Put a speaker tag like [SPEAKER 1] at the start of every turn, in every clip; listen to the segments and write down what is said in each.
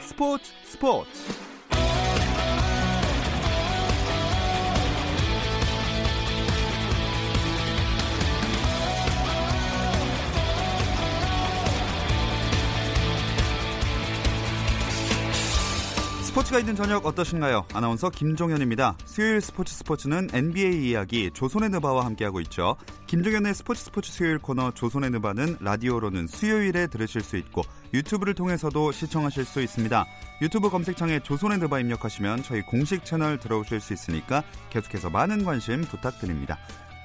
[SPEAKER 1] 스포츠 스포츠 스포츠가 있는 저녁 어떠신가요? 아나운서 김종현입니다. 수요일 스포츠 스포츠는 NBA 이야기 조선의 느바와 함께하고 있죠. 김종현의 스포츠 스포츠 수요일 코너 조선의 느바는 라디오로는 수요일에 들으실 수 있고 유튜브를 통해서도 시청하실 수 있습니다. 유튜브 검색창에 조선의 느바 입력하시면 저희 공식 채널 들어오실 수 있으니까 계속해서 많은 관심 부탁드립니다.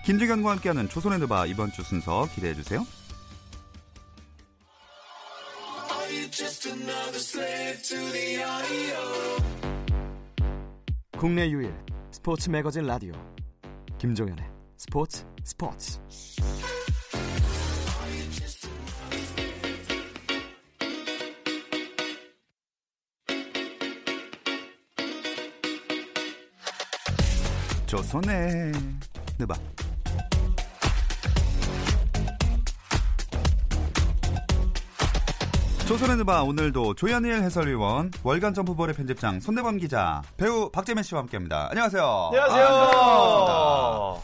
[SPEAKER 1] 김종현과 함께하는 조선의 느바 이번 주 순서 기대해 주세요.
[SPEAKER 2] 국내 유일 스포츠 매거진 라디오 김종현의 스포츠 스포츠
[SPEAKER 1] 조선의 느바 조선의 느바 오늘도 조현일 해설위원, 월간 점프볼의 편집장 손대범 기자, 배우 박재민 씨와 함께합니다. 안녕하세요.
[SPEAKER 3] 안녕하세요.
[SPEAKER 1] 아, 반갑습니다.
[SPEAKER 3] 아,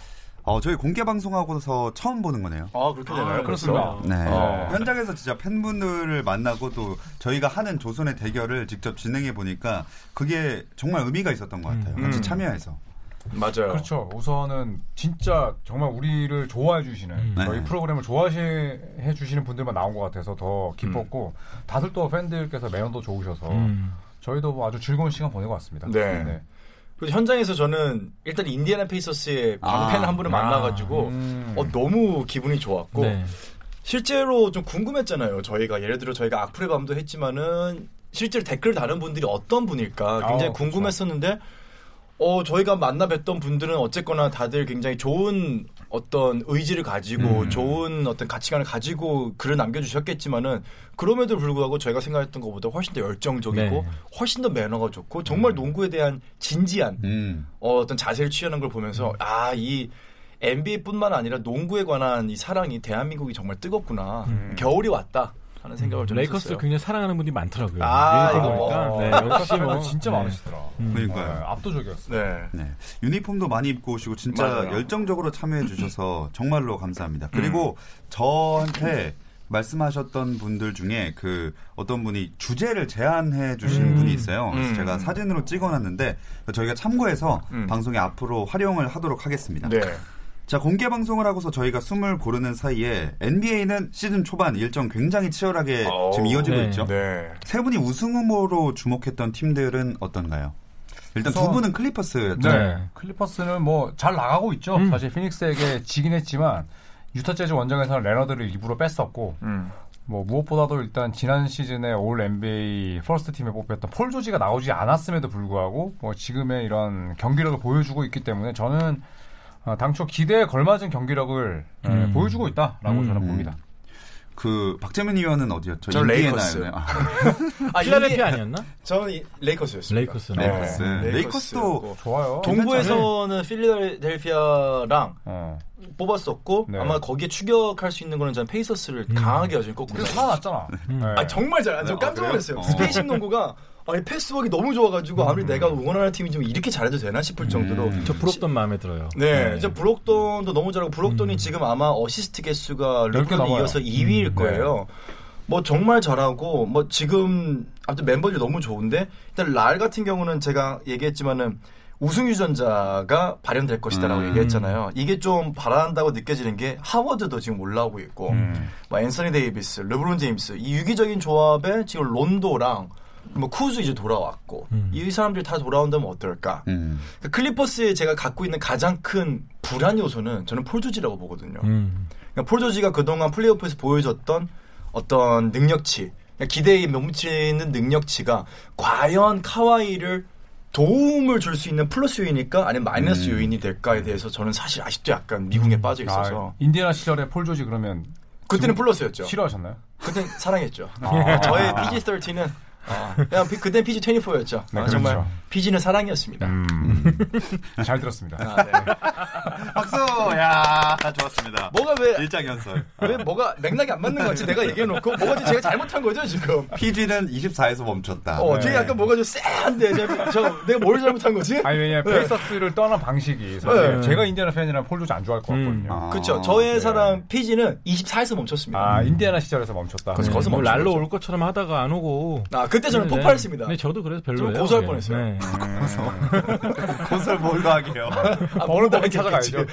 [SPEAKER 1] 어, 저희 공개 방송하고서 처음 보는 거네요.
[SPEAKER 3] 아, 그렇게 되나요?
[SPEAKER 4] 그렇습니다.
[SPEAKER 1] 네.
[SPEAKER 3] 어.
[SPEAKER 1] 현장에서 진짜 팬분들을 만나고 또 저희가 하는 조선의 대결을 직접 진행해 보니까 그게 정말 의미가 있었던 것 같아요. 같이
[SPEAKER 3] 음.
[SPEAKER 1] 참여해서.
[SPEAKER 3] 맞아요.
[SPEAKER 4] 그렇죠. 우선은 진짜 정말 우리를 좋아해 주시는 저희
[SPEAKER 1] 네.
[SPEAKER 4] 프로그램을 좋아해 주시는 분들만 나온 것 같아서 더 기뻤고 다들 또 팬들께서 매연도 좋으셔서 저희도 뭐 아주 즐거운 시간 보내고 왔습니다.
[SPEAKER 3] 네. 그리고 현장에서 저는 일단 인디애나 페이서스의 광팬
[SPEAKER 1] 아.
[SPEAKER 3] 한 분을 만나가지고
[SPEAKER 4] 음.
[SPEAKER 3] 어, 너무 기분이 좋았고
[SPEAKER 5] 네.
[SPEAKER 3] 실제로 좀 궁금했잖아요. 저희가 예를 들어 저희가 악플의 밤도 했지만은 실제로 댓글 다는 분들이 어떤 분일까 굉장히
[SPEAKER 4] 아,
[SPEAKER 3] 궁금했었는데 어 저희가 만나 뵀던 분들은 어쨌거나 다들 굉장히 좋은 어떤 의지를 가지고 좋은 어떤 가치관을 가지고 글을 남겨주셨겠지만은 그럼에도 불구하고 저희가 생각했던 것보다 훨씬 더 열정적이고
[SPEAKER 5] 네.
[SPEAKER 3] 훨씬 더 매너가 좋고 정말 농구에 대한 진지한
[SPEAKER 1] 음.
[SPEAKER 3] 어, 어떤 자세를 취하는 걸 보면서 아, 이 NBA뿐만 아니라 농구에 관한 이 사랑이 대한민국이 정말 뜨겁구나. 겨울이 왔다 하는 생각을 좀
[SPEAKER 5] 레이커스를
[SPEAKER 3] 했었어요.
[SPEAKER 5] 굉장히 사랑하는 분이 많더라고요.
[SPEAKER 3] 아,
[SPEAKER 5] 유니폼
[SPEAKER 3] 이거
[SPEAKER 5] 보니까.
[SPEAKER 4] 어,
[SPEAKER 3] 뭐.
[SPEAKER 5] 네,
[SPEAKER 4] 역시
[SPEAKER 5] 역시 뭐
[SPEAKER 4] 진짜
[SPEAKER 5] 네.
[SPEAKER 4] 많으시더라.
[SPEAKER 1] 음. 그러니까요.
[SPEAKER 4] 네, 압도적이었어요.
[SPEAKER 3] 네.
[SPEAKER 1] 네. 유니폼도 많이 입고 오시고 진짜
[SPEAKER 3] 맞아요.
[SPEAKER 1] 열정적으로 참여해 주셔서 정말로 감사합니다. 그리고
[SPEAKER 3] 음.
[SPEAKER 1] 저한테 말씀하셨던 분들 중에 그 어떤 분이 주제를 제안해 주신 분이 있어요. 그래서
[SPEAKER 3] 음.
[SPEAKER 1] 제가 사진으로 찍어놨는데 저희가 참고해서
[SPEAKER 3] 음.
[SPEAKER 1] 방송에 앞으로 활용을 하도록 하겠습니다.
[SPEAKER 3] 네.
[SPEAKER 1] 자, 공개 방송을 하고서 저희가 숨을 고르는 사이에 NBA는 시즌 초반 일정 굉장히 치열하게
[SPEAKER 3] 어우,
[SPEAKER 1] 지금 이어지고
[SPEAKER 5] 네.
[SPEAKER 1] 있죠.
[SPEAKER 3] 네.
[SPEAKER 1] 세 분이 우승 후보로 주목했던 팀들은 어떤가요? 일단 두
[SPEAKER 4] 우선-
[SPEAKER 1] 분은 클리퍼스였죠.
[SPEAKER 4] 네.
[SPEAKER 5] 네.
[SPEAKER 4] 클리퍼스는 뭐 잘 나가고 있죠.
[SPEAKER 5] 음.
[SPEAKER 4] 사실 피닉스에게 지긴 했지만 유타 재즈 원정에서는 레너드를 일부러 뺐었고
[SPEAKER 3] 음.
[SPEAKER 4] 뭐 무엇보다도 일단 지난 시즌에 올 NBA 퍼스트 팀에 뽑혔던 폴 조지가 나오지 않았음에도 불구하고 뭐 지금의 이런 경기력을 보여주고 있기 때문에 저는 어, 당초 기대에 걸맞은 경기력을 예,
[SPEAKER 5] 음.
[SPEAKER 4] 보여주고 있다라고
[SPEAKER 5] 음.
[SPEAKER 4] 저는 봅니다.
[SPEAKER 1] 그 박재민 의원은 어디였죠?
[SPEAKER 3] 저
[SPEAKER 1] 인디애나였나요?
[SPEAKER 3] 레이커스.
[SPEAKER 1] 아,
[SPEAKER 3] 아,
[SPEAKER 5] 필라델피아
[SPEAKER 3] 이게
[SPEAKER 5] 아니었나?
[SPEAKER 3] 저는 이- 레이커스였습니다.
[SPEAKER 5] 레이커스.
[SPEAKER 4] 네.
[SPEAKER 1] 레이커스.
[SPEAKER 3] 네.
[SPEAKER 1] 레이커스도
[SPEAKER 3] 레이커스였고.
[SPEAKER 4] 좋아요.
[SPEAKER 3] 동부에서는 필라델피아랑
[SPEAKER 4] 어.
[SPEAKER 3] 뽑았었고
[SPEAKER 4] 네.
[SPEAKER 3] 아마 거기에 추격할 수 있는 거는 저는 페이서스를 강하게 여전히 꼽고
[SPEAKER 4] 그래서
[SPEAKER 3] 있어요.
[SPEAKER 4] 살아났잖아. 예.
[SPEAKER 3] 아 정말 잘. 저
[SPEAKER 1] 아,
[SPEAKER 3] 깜짝
[SPEAKER 1] 그래요?
[SPEAKER 3] 놀랐어요.
[SPEAKER 1] 어.
[SPEAKER 3] 스페이싱 농구가 아니 패스웍이 너무 좋아가지고 아무리 내가 응원하는 팀이 좀 이렇게 잘해도 되나 싶을 정도로
[SPEAKER 1] 음.
[SPEAKER 5] 저 부럽던 마음에 들어요.
[SPEAKER 3] 네, 이제 브록돈도 너무 잘하고 브록돈이 지금 아마 어시스트 개수가
[SPEAKER 4] 열개
[SPEAKER 3] 루크에
[SPEAKER 4] 넘어요.
[SPEAKER 3] 이어서 2위일
[SPEAKER 4] 음,
[SPEAKER 3] 거예요. 뭐 정말 잘하고 뭐 지금 아무튼 멤버들이 너무 좋은데 일단 랄 같은 경우는 제가 얘기했지만은 우승 유전자가 발현될 것이다라고 얘기했잖아요. 이게 좀 바란다고 느껴지는 게 하워드도 지금 올라오고 있고 뭐 앤서니 데이비스, 르브론 제임스 이 유기적인 조합에 지금 론도랑 뭐 쿠즈 이제 돌아왔고 이 사람들이 다 돌아온다면 어떨까?
[SPEAKER 1] 음.
[SPEAKER 3] 그 클리퍼스에 제가 갖고 있는 가장 큰 불안 요소는 저는 폴 조지라고 보거든요.
[SPEAKER 5] 음.
[SPEAKER 3] 그러니까 폴 조지가 그동안 플레이오프에서 보여줬던 어떤 능력치, 그러니까 기대에 못 미치는 능력치가 과연 카와이를 도움을 줄 수 있는 플러스 요인일까 아니면 마이너스
[SPEAKER 4] 음.
[SPEAKER 3] 요인이 될까에 대해서 저는 사실 아직도 약간 미궁에 빠져 있어서
[SPEAKER 4] 아, 인디애나 시절에 폴 조지 그러면
[SPEAKER 3] 그때는 플러스였죠.
[SPEAKER 4] 싫어하셨나요? 아.
[SPEAKER 3] 그땐 아. 사랑했죠. 저의 PG13은 아, 그냥 피- 그땐 PG24였죠.
[SPEAKER 4] 네,
[SPEAKER 3] 정말
[SPEAKER 4] 그렇죠.
[SPEAKER 3] 피지는 사랑이었습니다.
[SPEAKER 4] 음. 잘 들었습니다.
[SPEAKER 3] 아, 네.
[SPEAKER 1] 박수! 야 좋았습니다.
[SPEAKER 3] 뭐가 왜
[SPEAKER 1] 일장 연설.
[SPEAKER 3] 왜 뭐가 맥락이 안 맞는 것 같지? 내가 얘기해놓고 뭐가 지 제가 잘못한 거죠 지금?
[SPEAKER 1] PG는 24에서
[SPEAKER 5] 아,
[SPEAKER 1] 멈췄다.
[SPEAKER 3] 어,
[SPEAKER 4] 네.
[SPEAKER 3] 되게 약간 뭐가 좀 쎄한데 제가 저 내가 뭘 잘못한 거지?
[SPEAKER 4] 아니 왜냐 면
[SPEAKER 3] 네.
[SPEAKER 4] 페이서스를 떠난 방식이 사실
[SPEAKER 5] 네.
[SPEAKER 4] 제가 인디아나 팬이라면 폴 조지 안 좋아할 것 같거든요.
[SPEAKER 1] 아,
[SPEAKER 3] 그렇죠. 저의
[SPEAKER 1] 네.
[SPEAKER 3] 사람 피지는 24에서 멈췄습니다.
[SPEAKER 4] 아 인디아나 시절에서
[SPEAKER 3] 음.
[SPEAKER 4] 멈췄다. 네.
[SPEAKER 3] 그래서 거기서
[SPEAKER 5] 뭐
[SPEAKER 3] 멈추는
[SPEAKER 5] 랄로
[SPEAKER 3] 거죠.
[SPEAKER 5] 올 것처럼 하다가 안 오고.
[SPEAKER 3] 아 그때 저는
[SPEAKER 5] 네, 네.
[SPEAKER 3] 폭발했습니다.
[SPEAKER 5] 네, 저도 그래서 별로예요.
[SPEAKER 3] 좀 고소할
[SPEAKER 5] 네.
[SPEAKER 3] 뻔했어요.
[SPEAKER 5] 네.
[SPEAKER 1] 건설 뭘로 하게요?
[SPEAKER 3] 아,
[SPEAKER 4] 어느 법인
[SPEAKER 3] 모르겠지.
[SPEAKER 4] 찾아가야죠.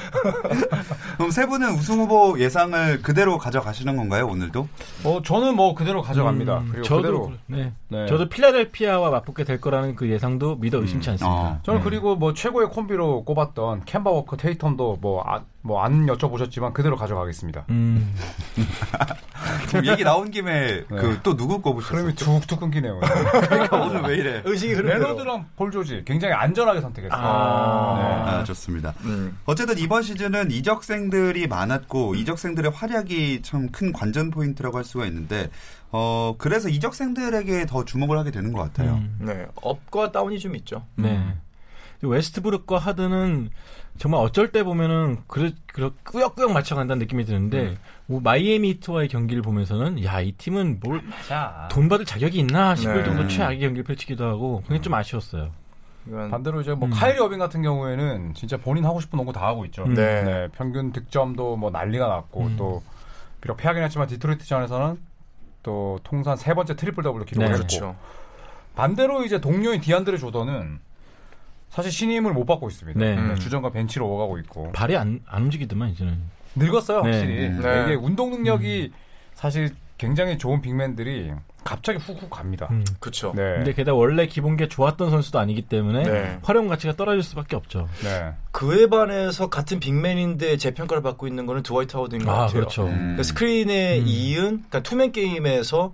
[SPEAKER 1] 그럼 세 분은 우승 후보 예상을 그대로 가져가시는 건가요 오늘도?
[SPEAKER 4] 어 저는 뭐 그대로 가져갑니다.
[SPEAKER 5] 음,
[SPEAKER 4] 그리고
[SPEAKER 5] 저도
[SPEAKER 4] 그대로
[SPEAKER 5] 그래- 네.
[SPEAKER 4] 네.
[SPEAKER 5] 저도 필라델피아와 맞붙게 될 거라는 그 예상도 믿어 의심치
[SPEAKER 4] 음.
[SPEAKER 5] 않습니다.
[SPEAKER 1] 어.
[SPEAKER 4] 저는 그리고 뭐 최고의 콤비로 꼽았던 캔바 워커 테이텀도 뭐안 아, 뭐안 여쭤보셨지만 그대로 가져가겠습니다.
[SPEAKER 5] 음.
[SPEAKER 1] 지금 얘기 나온
[SPEAKER 3] 네.
[SPEAKER 1] 김에 그 또 누구 꼽으셨어요?
[SPEAKER 4] 그러면 툭툭 끊기네요.
[SPEAKER 1] 그러니까 오늘 왜 이래?
[SPEAKER 3] 의식이 흐르는 대로.
[SPEAKER 4] 레너드랑 볼 조지 굉장히 안전하게 선택했어요.
[SPEAKER 5] 네, 아.
[SPEAKER 1] 아 좋습니다.
[SPEAKER 3] 음.
[SPEAKER 1] 어쨌든 이번 시즌은 이적생들이 많았고 이적생들의 활약이 참 큰 관전 포인트라고 할 수가 있는데 어 그래서 이적생들에게 더 주목을 하게 되는 것 같아요.
[SPEAKER 5] 음.
[SPEAKER 3] 네, 업과 다운이 좀 있죠.
[SPEAKER 5] 네.
[SPEAKER 4] 음.
[SPEAKER 5] 웨스트브룩과 하드는 정말 어쩔 때 보면은 그래 그래 꾸역꾸역 맞춰간다는 느낌이
[SPEAKER 4] 음.
[SPEAKER 5] 드는데 뭐 마이애미 히트와의 경기를 보면서는 야 이 팀은 뭘 돈
[SPEAKER 4] 자.
[SPEAKER 5] 받을 자격이 있나 싶을
[SPEAKER 3] 네.
[SPEAKER 5] 정도 최악의 경기를 펼치기도 하고 그게 좀 아쉬웠어요.
[SPEAKER 3] 이건
[SPEAKER 4] 반대로 이제 뭐 카이리 어빙 같은 경우에는 진짜 본인 하고 싶은 농구 다 하고 있죠.
[SPEAKER 5] 음.
[SPEAKER 3] 네.
[SPEAKER 4] 평균 득점도 뭐 난리가 났고
[SPEAKER 5] 음.
[SPEAKER 4] 또 비록 패하긴 했지만 디트로이트전에서는 또 통산 세 번째 트리플 더블로 기록했고
[SPEAKER 5] 네.
[SPEAKER 3] 그렇죠.
[SPEAKER 4] 반대로 이제 동료인 디안드레 조던은 사실 신임을 못 받고 있습니다.
[SPEAKER 5] 네.
[SPEAKER 4] 네, 주전과 벤치로 오가고 있고
[SPEAKER 5] 발이 안, 안 움직이더만 이제는.
[SPEAKER 4] 늙었어요
[SPEAKER 5] 네. 음.
[SPEAKER 4] 확실히
[SPEAKER 3] 네.
[SPEAKER 4] 이게 운동 능력이 사실 굉장히 좋은 빅맨들이 갑자기 훅훅 갑니다.
[SPEAKER 5] 음.
[SPEAKER 3] 그렇죠.
[SPEAKER 4] 네.
[SPEAKER 5] 근데 게다가 원래 기본 게 좋았던 선수도 아니기 때문에
[SPEAKER 3] 네.
[SPEAKER 5] 활용 가치가 떨어질 수밖에 없죠.
[SPEAKER 4] 네.
[SPEAKER 5] 그러니까.
[SPEAKER 3] 그에 반해서 같은 빅맨인데 재평가를 받고 있는 거는 드와이트 하워드인 것
[SPEAKER 5] 아
[SPEAKER 3] 같아요.
[SPEAKER 5] 그렇죠.
[SPEAKER 1] 음.
[SPEAKER 3] 그러니까 스크린에 이은, 그러니까 투맨 게임에서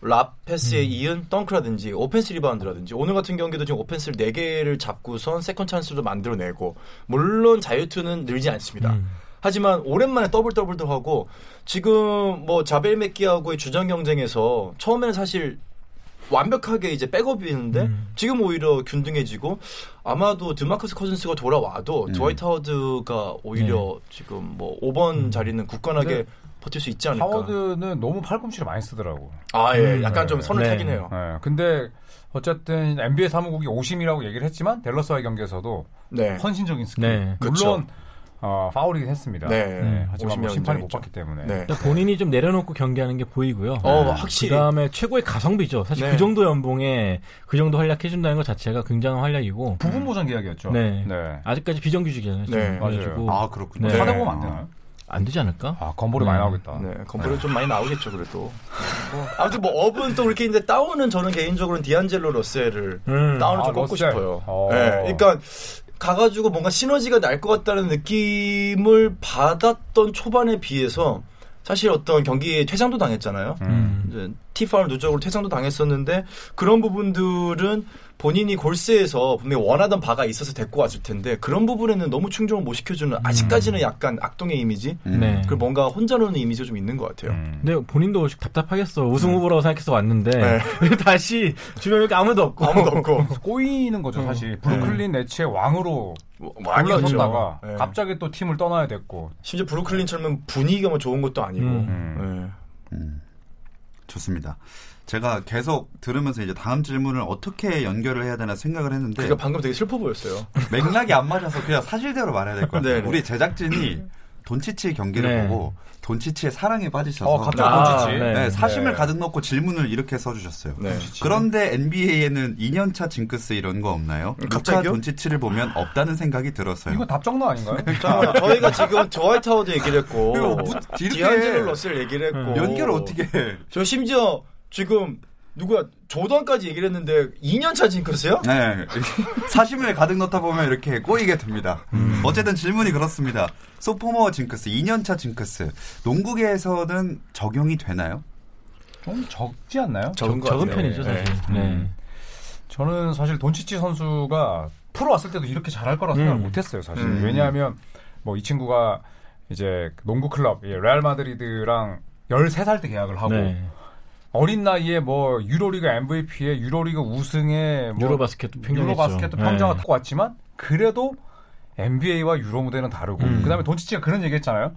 [SPEAKER 3] 랍 패스에
[SPEAKER 1] 음.
[SPEAKER 3] 이은 덩크라든지 오펜스 리바운드라든지 오늘 같은 경기도 지금 오펜스를 4개를 잡고선 세컨 찬스도 만들어내고 물론 자유투는 늘지 않습니다.
[SPEAKER 5] 음.
[SPEAKER 3] 하지만 오랜만에 더블 더블도 하고 지금 뭐 자벨 맥기하고의 주전 경쟁에서 처음에는 사실 완벽하게 이제 백업이었는데
[SPEAKER 1] 음.
[SPEAKER 3] 지금 오히려 균등해지고 아마도 드마크스 커즌스가 돌아와도
[SPEAKER 1] 음.
[SPEAKER 3] 드와이트 하워드가 오히려
[SPEAKER 1] 네.
[SPEAKER 3] 지금 뭐 5번
[SPEAKER 1] 음.
[SPEAKER 3] 자리는 굳건하게
[SPEAKER 4] 근데
[SPEAKER 3] 버틸 수 있지 않을까.
[SPEAKER 4] 하워드는 너무 팔꿈치를 많이 쓰더라고.
[SPEAKER 3] 아 예, 약간
[SPEAKER 4] 네.
[SPEAKER 3] 좀 선을
[SPEAKER 5] 네.
[SPEAKER 3] 타긴 해요.
[SPEAKER 4] 예, 근데 어쨌든 NBA 사무국이 오심이라고 얘기를 했지만 델러스와의 경기에서도
[SPEAKER 3] 네.
[SPEAKER 4] 헌신적인 스킬.
[SPEAKER 5] 네.
[SPEAKER 4] 물론 어, 파울이긴 했습니다.
[SPEAKER 3] 네.
[SPEAKER 4] 하지만
[SPEAKER 3] 오심이
[SPEAKER 4] 뭐 심판이 못
[SPEAKER 3] 인정했죠.
[SPEAKER 4] 봤기 때문에.
[SPEAKER 3] 네.
[SPEAKER 5] 그러니까 본인이 좀 내려놓고 경기하는 게 보이고요. 네.
[SPEAKER 3] 어, 확실히.
[SPEAKER 5] 그다음에 최고의 가성비죠. 사실
[SPEAKER 3] 네.
[SPEAKER 5] 그 정도 연봉에 그 정도 활약해 준다는 것 자체가 굉장한 활약이고
[SPEAKER 4] 부분 보장 계약이었죠.
[SPEAKER 5] 네.
[SPEAKER 4] 네.
[SPEAKER 5] 아직까지 비정규직이잖아요. 지금.
[SPEAKER 3] 네,
[SPEAKER 4] 맞아요.
[SPEAKER 5] 그래가지고
[SPEAKER 1] 아 그렇군요.
[SPEAKER 5] 네.
[SPEAKER 4] 사다 보면 안 되나요?
[SPEAKER 5] 안 되지 않을까?
[SPEAKER 4] 아, 건보이
[SPEAKER 5] 네.
[SPEAKER 4] 많이 나오겠다.
[SPEAKER 3] 네, 건물은 좀 많이 나오겠죠, 그래도. 뭐, 아무튼 뭐 업은 또 그렇게 있는데 다운은 저는 개인적으로는 디안젤로 러셀을
[SPEAKER 5] 음.
[SPEAKER 3] 다운을
[SPEAKER 4] 아,
[SPEAKER 3] 좀 꼽고
[SPEAKER 4] 러셀.
[SPEAKER 3] 싶어요.
[SPEAKER 4] 어.
[SPEAKER 3] 네, 그러니까 가가지고 뭔가 시너지가 날 것 같다는 느낌을 받았던 초반에 비해서 사실 어떤 경기에 퇴장도 당했잖아요.
[SPEAKER 4] 음.
[SPEAKER 5] 음.
[SPEAKER 3] 이제 티파울 누적으로 퇴장도 당했었는데 그런 부분들은 본인이 골스에서 분명히 원하던 바가 있어서 데리고 왔을 텐데 그런 부분에는 너무 충족을 못 시켜주는
[SPEAKER 1] 음.
[SPEAKER 3] 아직까지는 약간 악동의 이미지
[SPEAKER 5] 네.
[SPEAKER 3] 그리고 뭔가 혼자로는 이미지가 좀 있는 것 같아요.
[SPEAKER 4] 음.
[SPEAKER 5] 근데 본인도 답답하겠어.
[SPEAKER 4] 네.
[SPEAKER 5] 우승 후보라고 생각해서 왔는데 다시 주변에 아무도 없고
[SPEAKER 3] 아무도 없고
[SPEAKER 4] 꼬이는 거죠, 사실. 음. 브루클린 네츠의 왕으로
[SPEAKER 3] 많이
[SPEAKER 4] 올라선다가
[SPEAKER 3] 네.
[SPEAKER 4] 갑자기 또 팀을 떠나야 됐고.
[SPEAKER 3] 심지어 브루클린처럼 분위기가 뭐 좋은 것도 아니고 예.
[SPEAKER 4] 음.
[SPEAKER 1] 좋습니다. 제가 계속 들으면서 이제 다음 질문을 어떻게 연결을 해야 되나 생각을 했는데
[SPEAKER 3] 그러니까 방금 되게 슬퍼 보였어요.
[SPEAKER 1] 맥락이 안 맞아서 그냥 사실대로 말해야 될 것 같아요.
[SPEAKER 3] 네네.
[SPEAKER 1] 우리 제작진이 돈치치의 경기를
[SPEAKER 5] 네.
[SPEAKER 1] 보고 돈치치의 사랑에 빠지셔서
[SPEAKER 4] 어, 갑자기
[SPEAKER 5] 아,
[SPEAKER 4] 던지지.
[SPEAKER 5] 네.
[SPEAKER 1] 네, 사심을
[SPEAKER 3] 네.
[SPEAKER 1] 가득 넣고 질문을 이렇게 써주셨어요.
[SPEAKER 3] 네.
[SPEAKER 1] 그런데 NBA에는 2년차 징크스 이런 거 없나요? 루카
[SPEAKER 3] 갑자기요?
[SPEAKER 1] 돈치치를 보면 없다는 생각이 들었어요.
[SPEAKER 4] 이거 답정너 아닌가요?
[SPEAKER 3] 자, 저희가 지금 드와이트 하워드 얘기를 했고
[SPEAKER 1] 이거 뭐 이렇게 음.
[SPEAKER 3] 디안젤로 러셀 얘기를 했고
[SPEAKER 1] 연결을 어떻게 해?
[SPEAKER 3] 저 심지어 지금 누가 조던까지 얘기를 했는데 2년차 징크스요?
[SPEAKER 1] 네. 사심을 가득 넣다 보면 이렇게 꼬이게 됩니다. 어쨌든 질문이 그렇습니다. 소포머 징크스, 2년차 징크스. 농구계에서는 적용이 되나요?
[SPEAKER 4] 좀 적지 않나요? 음,
[SPEAKER 5] 적, 적은 편이죠 사실. 네.
[SPEAKER 4] 저는 사실 돈치치 선수가 프로 왔을 때도 이렇게 잘할 거라 생각 을 못했어요 사실
[SPEAKER 3] 음.
[SPEAKER 4] 왜냐하면 뭐 이 친구가 그 이제 농구 클럽 예, 레알 마드리드랑 13살 때 계약을 하고
[SPEAKER 5] 네.
[SPEAKER 4] 어린 나이에 뭐 유로리그 MVP에 유로리그 우승에 뭐
[SPEAKER 5] 유로바스켓도 평정했죠. 네.
[SPEAKER 4] 유로바스켓도 평정을 타고 왔지만 그래도 NBA와 유로 무대는 다르고
[SPEAKER 5] 음.
[SPEAKER 4] 그다음에 돈치치가 그런 얘기했잖아요.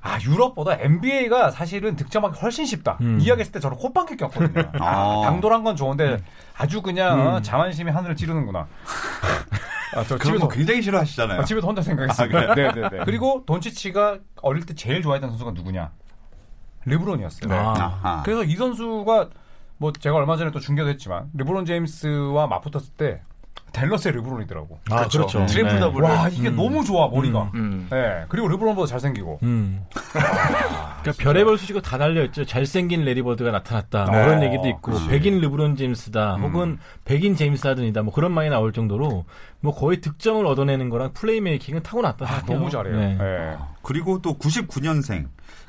[SPEAKER 4] 아 유럽보다 NBA가 사실은 득점하기 훨씬 쉽다.
[SPEAKER 5] 음.
[SPEAKER 4] 이야기했을 때 저는 콧방귀 꼈거든요.
[SPEAKER 1] 아.
[SPEAKER 4] 아, 당돌한 건 좋은데 아주 그냥
[SPEAKER 5] 음.
[SPEAKER 4] 자만심이 하늘을 찌르는구나. 아, 저
[SPEAKER 1] 그런 거
[SPEAKER 4] 집에서
[SPEAKER 1] 굉장히 싫어하시잖아요.
[SPEAKER 4] 아, 집에서 혼자 생각했습니다. 네, 네, 네. 그리고 돈치치가 어릴 때 제일 좋아했던 선수가 누구냐? 르브론이었어요.
[SPEAKER 5] 아.
[SPEAKER 1] 아하.
[SPEAKER 4] 그래서 이 선수가 뭐 제가 얼마 전에 또 중계도 했지만 르브론 제임스와 맞붙었을 때 댈러스의 르브론이더라고.
[SPEAKER 5] 아, 그렇죠.
[SPEAKER 3] 트리플
[SPEAKER 5] 네.
[SPEAKER 3] 더블.
[SPEAKER 4] 와 이게 너무 좋아 머리가.
[SPEAKER 3] 음.
[SPEAKER 4] 네, 그리고 르브론보다 잘생기고.
[SPEAKER 5] 음.
[SPEAKER 4] 아,
[SPEAKER 5] 그러니까 별의별 수식어 다 달려있죠. 잘생긴 레리버드가 나타났다. 뭐
[SPEAKER 4] 네. 음.
[SPEAKER 5] 그런 얘기도 있고,
[SPEAKER 1] 그치.
[SPEAKER 5] 백인 르브론 제임스다, 혹은 백인 제임스 하든이다, 뭐 그런 말이 나올 정도로, 뭐 거의 득점을 얻어내는 거랑 플레이메이킹은 타고났다.
[SPEAKER 4] 아,
[SPEAKER 5] 생각해요.
[SPEAKER 4] 너무 잘해요.
[SPEAKER 5] 네.
[SPEAKER 4] 네.
[SPEAKER 1] 그리고 또 99년생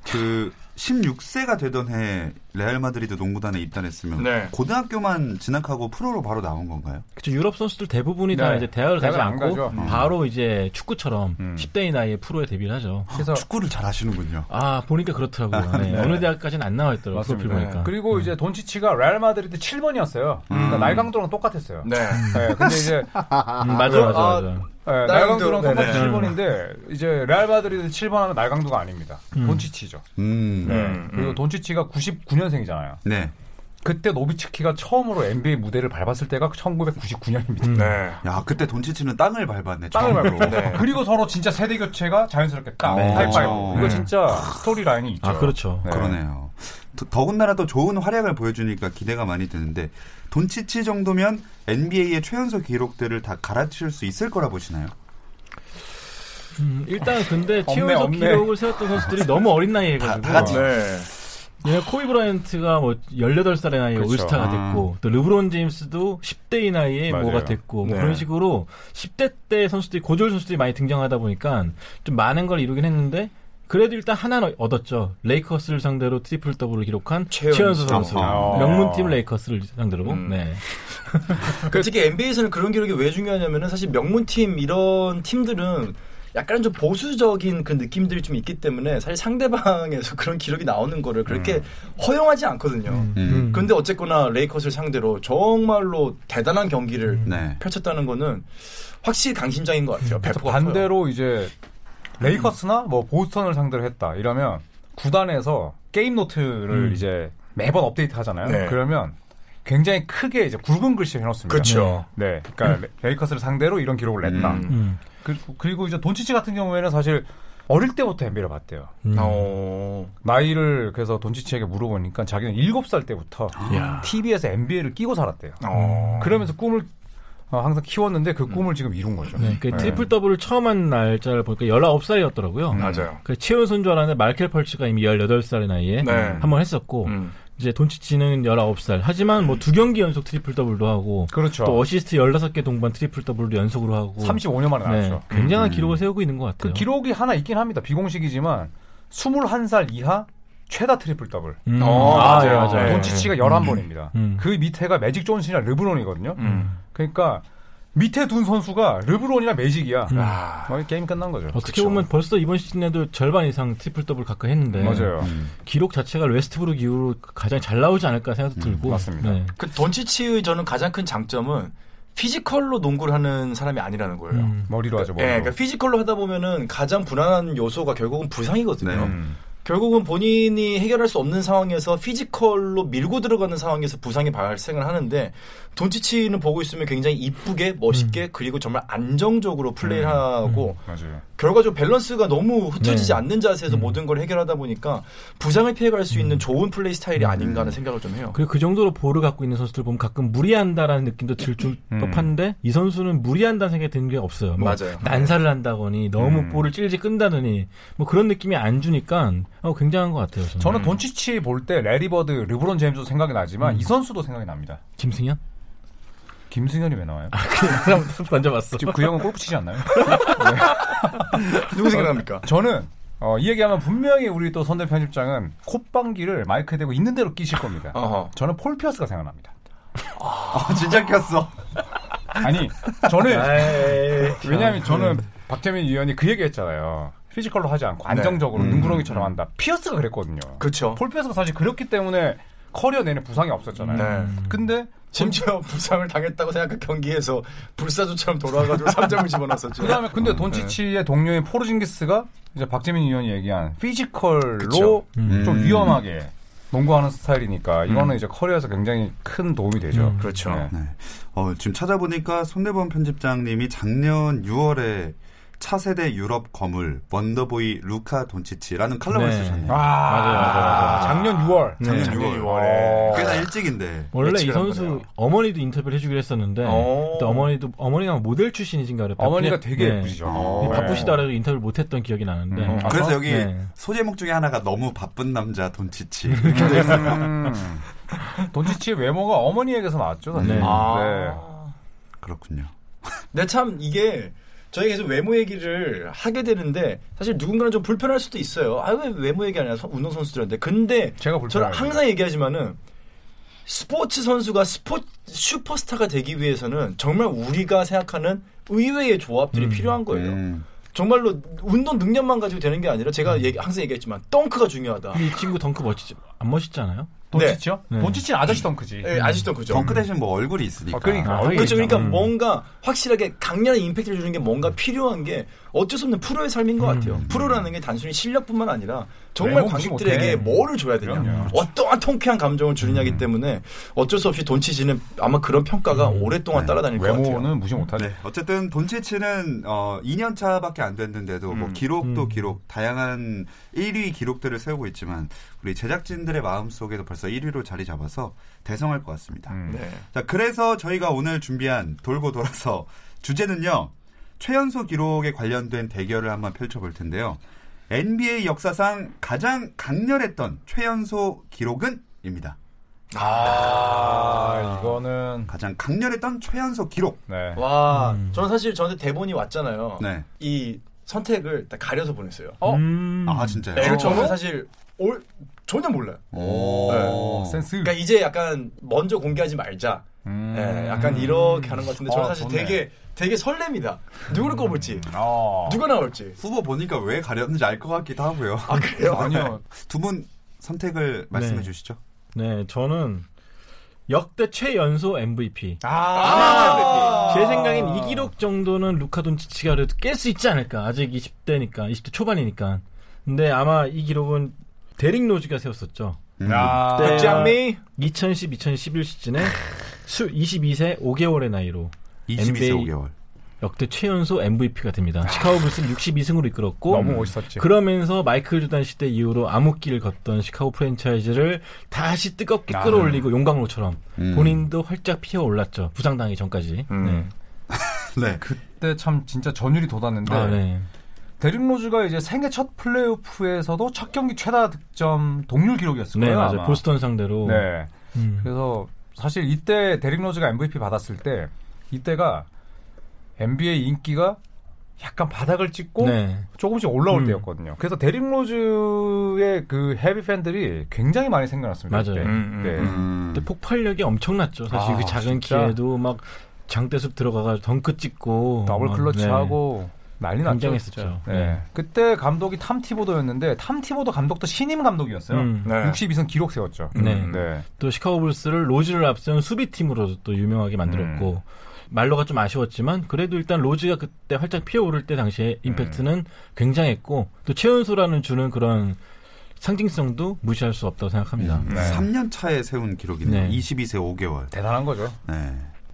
[SPEAKER 1] 그 16세가 되던 해 레알 마드리드 농구단에 입단했으면
[SPEAKER 3] 네.
[SPEAKER 1] 고등학교만 진학하고 프로로 바로 나온 건가요?
[SPEAKER 5] 그쵸, 유럽 선수들 대부분이 다
[SPEAKER 4] 네.
[SPEAKER 5] 이제 대학을 가지
[SPEAKER 4] 대학을 안
[SPEAKER 5] 않고,
[SPEAKER 4] 가죠. 음.
[SPEAKER 5] 바로 이제 축구처럼
[SPEAKER 4] 음.
[SPEAKER 5] 10대의 나이에 프로에 데뷔를 하죠.
[SPEAKER 4] 그래서
[SPEAKER 1] 축구를 잘 하시는군요.
[SPEAKER 5] 아, 보니까 그렇더라고요. 네. 어느 대학까지는 안 나와 있더라고요. 프로필
[SPEAKER 4] 맞습니다.
[SPEAKER 5] 보니까.
[SPEAKER 4] 그리고 이제 돈치치가 레알 마드리드 7번이었어요. 그러니까 날강도랑 똑같았어요.
[SPEAKER 3] 음. 네.
[SPEAKER 4] 네, 근데 이제
[SPEAKER 5] 음, 맞아, 맞아,
[SPEAKER 3] 아,
[SPEAKER 5] 맞아.
[SPEAKER 4] 네,
[SPEAKER 3] 날강도,
[SPEAKER 4] 날강도랑 똑같은
[SPEAKER 3] 네네.
[SPEAKER 4] 7번인데 이제 레알 마드리드 7번 하면 날강도가 아닙니다. 돈치치죠.
[SPEAKER 1] 음.
[SPEAKER 4] 네.
[SPEAKER 1] 네.
[SPEAKER 4] 그리고 돈치치가 99년생이잖아요. 그때 노비츠키가 처음으로 NBA 무대를 밟았을 때가 1999년입니다.
[SPEAKER 3] 네.
[SPEAKER 1] 야 그때 돈치치는 땅을 밟았네.
[SPEAKER 4] 땅을
[SPEAKER 1] 처음으로.
[SPEAKER 4] 밟고 그리고 서로 진짜 세대 교체가 자연스럽게 딱
[SPEAKER 1] 네.
[SPEAKER 4] 하이파이브.
[SPEAKER 1] 네.
[SPEAKER 4] 이거 진짜 스토리 라인이 있죠.
[SPEAKER 5] 아, 그렇죠.
[SPEAKER 4] 네.
[SPEAKER 1] 그러네요. 더- 더군다나 또 좋은 활약을 보여주니까 기대가 많이 드는데 돈치치 정도면 NBA의 최연소 기록들을 다 갈아치울 수 있을 거라 보시나요?
[SPEAKER 5] 음, 일단 근데
[SPEAKER 4] 없네,
[SPEAKER 5] 최연소
[SPEAKER 4] 없네.
[SPEAKER 5] 기록을 세웠던 선수들이 너무 어린 나이에 해가지고
[SPEAKER 3] 네.
[SPEAKER 5] 예, 코비 브라이언트가 뭐 18살의 나이에
[SPEAKER 4] 그렇죠.
[SPEAKER 5] 올스타가
[SPEAKER 1] 아.
[SPEAKER 5] 됐고 또 르브론 제임스도 10대의 나이에
[SPEAKER 4] 맞아요.
[SPEAKER 5] 뭐가 됐고 뭐
[SPEAKER 3] 네.
[SPEAKER 5] 그런 식으로 10대 때 선수들이 고졸 선수들이 많이 등장하다 보니까 좀 많은 걸 이루긴 했는데 그래도 일단 하나는 얻었죠. 레이커스를 상대로 트리플 더블을 기록한
[SPEAKER 3] 최연소.
[SPEAKER 5] 최연소 선수.
[SPEAKER 4] 아하.
[SPEAKER 5] 명문팀 레이커스를 상대로.
[SPEAKER 3] 음.
[SPEAKER 5] 네.
[SPEAKER 3] 그 특히 NBA에서는 그런 기록이 왜 중요하냐면은 사실 명문팀 이런 팀들은 약간 좀 보수적인 그 느낌들이 좀 있기 때문에 사실 상대방에서 그런 기록이 나오는 거를 그렇게 허용하지 않거든요.
[SPEAKER 1] 음.
[SPEAKER 3] 근데 어쨌거나 레이커스를 상대로 정말로 대단한 경기를
[SPEAKER 1] 네.
[SPEAKER 3] 펼쳤다는 거는 확실히 강심장인 것 같아요.
[SPEAKER 4] 그래서
[SPEAKER 3] 배포가
[SPEAKER 4] 반대로 이제 레이커스나 뭐 보스턴을 상대로 했다 이러면 구단에서 게임 노트를 이제 매번 업데이트 하잖아요.
[SPEAKER 3] 음. 네.
[SPEAKER 4] 그러면 굉장히 크게 이제 굵은 글씨로 해놓습니다.
[SPEAKER 3] 그렇죠.
[SPEAKER 4] 네, 그러니까 레- 레이커스를 상대로 이런 기록을 냈다.
[SPEAKER 3] 음.
[SPEAKER 5] 음.
[SPEAKER 4] 그, 리고 이제 돈치치 같은 경우에는 사실 어릴 때부터 NBA를 봤대요.
[SPEAKER 5] 음.
[SPEAKER 3] 어.
[SPEAKER 4] 나이를 그래서 돈치치에게 물어보니까 자기는 7살 때부터 TV에서 NBA를 끼고 살았대요.
[SPEAKER 3] 어.
[SPEAKER 4] 그러면서 꿈을 어, 항상 키웠는데 그 꿈을 지금 이룬 거죠.
[SPEAKER 5] 네, 그 트리플 더블을 처음 한 날짜를 보니까 19살이었더라고요.
[SPEAKER 3] 맞아요.
[SPEAKER 5] 그 최연소인 줄 알았는데 마이클 펄츠가 이미 18살의 나이에
[SPEAKER 3] 네.
[SPEAKER 5] 한 번 했었고
[SPEAKER 3] 음.
[SPEAKER 5] 이제 돈치치는 19살. 하지만 뭐 두 경기 연속 트리플 더블도 하고
[SPEAKER 4] 음. 그렇죠.
[SPEAKER 5] 또 어시스트 15개 동반 트리플 더블도 연속으로 하고
[SPEAKER 4] 35년 만에
[SPEAKER 5] 네,
[SPEAKER 4] 나왔죠. 음.
[SPEAKER 5] 굉장한 기록을 세우고 있는 것
[SPEAKER 4] 그
[SPEAKER 5] 같아요.
[SPEAKER 4] 기록이 하나 있긴 합니다. 비공식이지만 21살 이하 최다 트리플 더블.
[SPEAKER 5] 음.
[SPEAKER 3] 어,
[SPEAKER 5] 아,
[SPEAKER 3] 맞아요.
[SPEAKER 5] 예, 맞아요.
[SPEAKER 3] 네.
[SPEAKER 4] 돈치치가 11번입니다.
[SPEAKER 5] 음.
[SPEAKER 4] 그 밑에가 매직 존슨이나 르브론이거든요.
[SPEAKER 3] 음.
[SPEAKER 4] 그러니까 밑에 둔 선수가 르브론이나 매직이야.
[SPEAKER 5] 음.
[SPEAKER 3] 아.
[SPEAKER 4] 뭐 게임 끝난 거죠.
[SPEAKER 5] 어떻게 보면 벌써 이번 시즌에도 절반 이상 트리플 더블 가까이 했는데
[SPEAKER 4] 맞아요.
[SPEAKER 5] 기록 자체가 웨스트브룩 이후로 가장 잘 나오지 않을까 생각도 들고
[SPEAKER 4] 음, 맞습니다.
[SPEAKER 5] 네.
[SPEAKER 3] 그 돈치치의 저는 가장 큰 장점은 피지컬로 농구를 하는 사람이 아니라는 거예요.
[SPEAKER 5] 음.
[SPEAKER 4] 머리로 하죠.
[SPEAKER 3] 예,
[SPEAKER 4] 머리로.
[SPEAKER 3] 그러니까 피지컬로 하다 보면은 가장 불안한 요소가 결국은 부상이거든요.
[SPEAKER 1] 네.
[SPEAKER 4] 음.
[SPEAKER 3] 결국은 본인이 해결할 수 없는 상황에서 피지컬로 밀고 들어가는 상황에서 부상이 발생을 하는데 돈치치는 보고 있으면 굉장히 이쁘게 멋있게 그리고 정말 안정적으로 플레이를
[SPEAKER 4] 음.
[SPEAKER 3] 하고
[SPEAKER 4] 맞아요.
[SPEAKER 3] 결과적으로 밸런스가 너무 흩어지지
[SPEAKER 5] 네.
[SPEAKER 3] 않는 자세에서 모든 걸 해결하다 보니까 부상을 피해갈 수 있는 좋은 플레이 스타일이 아닌가 하는 생각을 좀 해요.
[SPEAKER 5] 그리고 그 정도로 볼을 갖고 있는 선수들 보면 가끔 무리한다라는 느낌도 들 줄 법한데 이 선수는 무리한다는 생각이 드는 게 없어요. 뭐
[SPEAKER 3] 맞아요.
[SPEAKER 5] 난사를 한다거니 너무 볼을 찔지 끈다느니 뭐 그런 느낌이 안 주니까 어, 굉장한 것 같아요. 저는.
[SPEAKER 4] 저는 돈치치 볼 때 레리버드, 르브론 제임스도 생각이 나지만 이 선수도 생각이 납니다.
[SPEAKER 5] 김승현?
[SPEAKER 4] 김승현이 왜 나와요?
[SPEAKER 5] 던져봤어.
[SPEAKER 4] 아, 지금 그 형은 골프 치지 않나요?
[SPEAKER 3] 그, 누구 생각합니까?
[SPEAKER 4] 저는 어, 이 얘기하면 분명히 우리 또 선대 편집장은 콧방귀를 마이크에 대고 있는 대로 끼실 겁니다.
[SPEAKER 3] 어허.
[SPEAKER 4] 저는 폴 피어스가 생각납니다.
[SPEAKER 1] 아, 진짜 꼈어.
[SPEAKER 4] 아니 저는 왜냐하면 저는 박재민 의원이 그 얘기했잖아요. 피지컬로 하지 않고 안정적으로
[SPEAKER 3] 네. 음,
[SPEAKER 4] 눈구렁이처럼 한다. 피어스가 그랬거든요.
[SPEAKER 3] 그렇죠.
[SPEAKER 4] 폴 피어스가 사실 그렇기 때문에 커리어 내내 부상이 없었잖아요.
[SPEAKER 3] 네.
[SPEAKER 4] 근데
[SPEAKER 3] 심지어 부상을 당했다고 생각한 경기에서 불사조처럼 돌아와가지고 3점을 집어넣었었죠.
[SPEAKER 4] 그다음에 근데 돈치치의 동료인 포르징기스가 이제 박재민 의원이 얘기한 피지컬로
[SPEAKER 3] 그쵸.
[SPEAKER 4] 좀
[SPEAKER 1] 음.
[SPEAKER 4] 위험하게 농구하는 스타일이니까 이거는 이제 커리어에서 굉장히 큰 도움이 되죠.
[SPEAKER 5] 음.
[SPEAKER 3] 그렇죠.
[SPEAKER 4] 네.
[SPEAKER 1] 네. 어, 지금 찾아보니까 손대범 편집장님이 작년 6월에 차세대 유럽 거물 원더보이 루카 돈치치라는 칼럼을
[SPEAKER 5] 네.
[SPEAKER 1] 쓰셨네요.
[SPEAKER 5] 맞아요, 맞아요, 맞아요.
[SPEAKER 4] 작년 6월.
[SPEAKER 1] 작년
[SPEAKER 5] 네.
[SPEAKER 1] 6월. 어.
[SPEAKER 4] 에
[SPEAKER 1] 꽤나 일찍인데.
[SPEAKER 5] 원래 이
[SPEAKER 3] 예측을 한
[SPEAKER 5] 선수
[SPEAKER 3] 거네요.
[SPEAKER 5] 어머니도 인터뷰를 해주기로 했었는데
[SPEAKER 3] 오.
[SPEAKER 5] 그때 어머니도 어머니가 모델 출신이신가 그래요.
[SPEAKER 4] 어머니가
[SPEAKER 5] 바쁘-
[SPEAKER 4] 되게
[SPEAKER 5] 네.
[SPEAKER 4] 예쁘시죠.
[SPEAKER 1] 어.
[SPEAKER 5] 이 바쁘시다라고 인터뷰를 못했던 기억이 나는데
[SPEAKER 4] 음. 아,
[SPEAKER 1] 그래서
[SPEAKER 4] 어?
[SPEAKER 1] 여기
[SPEAKER 5] 네.
[SPEAKER 1] 소제목 중에 하나가 너무 바쁜 남자 돈치치.
[SPEAKER 4] 음. 돈치치의 외모가 어머니에게서 나왔죠. 사실.
[SPEAKER 5] 네.
[SPEAKER 4] 네.
[SPEAKER 1] 그렇군요.
[SPEAKER 3] 근데 참 이게 저희 계속 외모 얘기를 하게 되는데 사실 누군가는 좀 불편할 수도 있어요. 아 왜 외모 얘기 아니라 운동 선수들한테. 근데
[SPEAKER 4] 제가 불편해요.
[SPEAKER 1] 네.
[SPEAKER 3] 저는 항상 얘기하지만은 스포츠 선수가 스포 슈퍼스타가 되기 위해서는 정말 우리가 생각하는 의외의 조합들이 필요한 거예요.
[SPEAKER 1] 음.
[SPEAKER 3] 정말로 운동 능력만 가지고 되는 게 아니라 제가 얘기- 항상 얘기했지만 덩크가 중요하다.
[SPEAKER 1] 음.
[SPEAKER 5] 근데 이 친구 덩크 멋지지 안 멋있지 않아요?
[SPEAKER 4] 돈치치요?
[SPEAKER 5] 네.
[SPEAKER 4] 돈치치는 아저씨 덩크지.
[SPEAKER 3] 예, 아시죠 그죠?
[SPEAKER 1] 덩크 대신 뭐 얼굴이 있으니까.
[SPEAKER 4] 아, 그러니까. 얼굴이
[SPEAKER 3] 그렇죠.
[SPEAKER 4] 있잖아.
[SPEAKER 3] 그러니까 뭔가 확실하게 강렬한 임팩트를 주는 게 뭔가 필요한 게 어쩔 수 없는 프로의 삶인 것 같아요.
[SPEAKER 4] 음.
[SPEAKER 3] 프로라는 게 단순히 실력뿐만 아니라 정말
[SPEAKER 4] 외모 무시
[SPEAKER 3] 관객들에게
[SPEAKER 4] 네, 못해.
[SPEAKER 3] 뭐를 줘야 되냐,
[SPEAKER 4] 그럼요. 그렇죠. 음.
[SPEAKER 3] 어떠한 통쾌한 감정을 주느냐기 때문에 어쩔 수 없이 돈치지는 아마 그런 평가가 오랫동안 따라다닐 음, 것 같아요.
[SPEAKER 4] 음. 네. 외모는 무시 못하죠.
[SPEAKER 1] 네. 어쨌든 돈치치는 어, 2년 차밖에 안 됐는데도
[SPEAKER 4] 음.
[SPEAKER 1] 뭐 기록도 기록, 다양한 1위 기록들을 세우고 있지만 우리 제작진들의 마음 속에도 벌써 1위로 자리 잡아서 대성할 것 같습니다.
[SPEAKER 4] 음.
[SPEAKER 3] 네.
[SPEAKER 1] 자, 그래서 저희가 오늘 준비한 돌고 돌아서 주제는요. 최연소 기록에 관련된 대결을 한번 펼쳐볼 텐데요. NBA 역사상 가장 강렬했던 최연소 기록은? 입니다.
[SPEAKER 4] 아, 이거는
[SPEAKER 1] 가장 강렬했던 최연소 기록.
[SPEAKER 4] 네.
[SPEAKER 3] 와, 저는 사실 저한테 대본이 왔잖아요.
[SPEAKER 1] 네.
[SPEAKER 3] 이 선택을 딱 가려서 보냈어요.
[SPEAKER 4] 어?
[SPEAKER 5] 음.
[SPEAKER 1] 아, 진짜요?
[SPEAKER 3] 네, 이걸 저는 사실 올 전혀 몰라요.
[SPEAKER 1] 오.
[SPEAKER 4] 센스.
[SPEAKER 3] 그러니까 이제 약간 먼저 공개하지 말자.
[SPEAKER 4] 음.
[SPEAKER 3] 예, 약간 이렇게 하는 것 같은데 저는
[SPEAKER 4] 어,
[SPEAKER 3] 사실
[SPEAKER 4] 좋네.
[SPEAKER 3] 되게 되게 설렙니다. 누구를 꼽을지
[SPEAKER 4] 아.
[SPEAKER 3] 누가 나올지.
[SPEAKER 1] 후보 보니까 왜 가렸는지 알 것 같기도 하고요.
[SPEAKER 3] 아 그래요?
[SPEAKER 4] 아니요.
[SPEAKER 1] 두 분 선택을 말씀해
[SPEAKER 5] 네.
[SPEAKER 1] 주시죠.
[SPEAKER 5] 네, 저는 역대 최연소 MVP.
[SPEAKER 4] 아.
[SPEAKER 5] 제 생각엔 이 기록 정도는 루카 돈치치가 그래도 깰 수 있지 않을까. 아직 20대니까, 20대 초반이니까. 근데 아마 이 기록은 데릭 로즈가 세웠었죠.
[SPEAKER 1] 음.
[SPEAKER 4] 야.
[SPEAKER 5] 네.
[SPEAKER 3] 박지현미
[SPEAKER 5] 2010, 2011 시즌에 수 22세 5개월의 나이로
[SPEAKER 1] 22세
[SPEAKER 5] NBA.
[SPEAKER 1] 5개월.
[SPEAKER 5] 역대 최연소 MVP가 됩니다. 시카고 불스를 62승으로 이끌었고
[SPEAKER 4] 너무 멋있었지.
[SPEAKER 5] 네. 그러면서 마이클 조단 시대 이후로 암흑기를 걷던 시카고 프랜차이즈를 다시 뜨겁게
[SPEAKER 4] 아.
[SPEAKER 5] 끌어올리고 용광로처럼
[SPEAKER 1] 음.
[SPEAKER 5] 본인도 활짝 피어 올랐죠. 부상당하기 전까지.
[SPEAKER 4] 음.
[SPEAKER 1] 네.
[SPEAKER 4] 그때 참 진짜 전율이 돋았는데
[SPEAKER 5] 네. 아, 네.
[SPEAKER 4] 데릭 로즈가 이제 생애 첫 플레이오프에서도 첫 경기 최다 득점 동률 기록이었을
[SPEAKER 5] 네,
[SPEAKER 4] 거예요.
[SPEAKER 5] 맞아요.
[SPEAKER 4] 아마.
[SPEAKER 5] 보스턴 상대로.
[SPEAKER 4] 네.
[SPEAKER 5] 음.
[SPEAKER 4] 그래서 사실 이때 데릭 로즈가 MVP 받았을 때 이때가 NBA 인기가 약간 바닥을 찍고
[SPEAKER 5] 네.
[SPEAKER 4] 조금씩 올라올
[SPEAKER 5] 음.
[SPEAKER 4] 때였거든요. 그래서 데릭 로즈의 그 헤비 팬들이 굉장히 많이 생겨났습니다.
[SPEAKER 5] 맞아요.
[SPEAKER 4] 그때.
[SPEAKER 3] 음, 음,
[SPEAKER 4] 네.
[SPEAKER 5] 그때 폭발력이 엄청났죠. 사실
[SPEAKER 4] 아,
[SPEAKER 5] 그 작은
[SPEAKER 4] 진짜.
[SPEAKER 5] 기회도 막 장대숲 들어가가 덩크 찍고
[SPEAKER 4] 더블
[SPEAKER 5] 막, 네.
[SPEAKER 4] 클러치하고 난리 났죠.
[SPEAKER 5] 음, 굉장했었죠.
[SPEAKER 4] 진짜.
[SPEAKER 5] 네.
[SPEAKER 4] 네. 그때 감독이 탐 티보도였는데 탐 티보도 감독도 신임
[SPEAKER 5] 네.
[SPEAKER 4] 감독이었어요.
[SPEAKER 5] 음.
[SPEAKER 3] 네. 음.
[SPEAKER 4] 62승 기록 세웠죠.
[SPEAKER 5] 네.
[SPEAKER 4] 네.
[SPEAKER 5] 또 시카고 불스를 로즈를 앞세운 수비팀으로도 또 유명하게 만들었고
[SPEAKER 4] 음.
[SPEAKER 5] 말로가 좀 아쉬웠지만 그래도 일단 로즈가 그때 활짝 피어오를 때 당시에 임팩트는
[SPEAKER 4] 음.
[SPEAKER 5] 굉장했고 또 최연소라는 주는 그런 상징성도 무시할 수 없다고 생각합니다.
[SPEAKER 4] 네.
[SPEAKER 1] 3년 차에 세운 기록이네요.
[SPEAKER 5] 네.
[SPEAKER 1] 22세 5개월.
[SPEAKER 4] 대단한 거죠.
[SPEAKER 1] 네.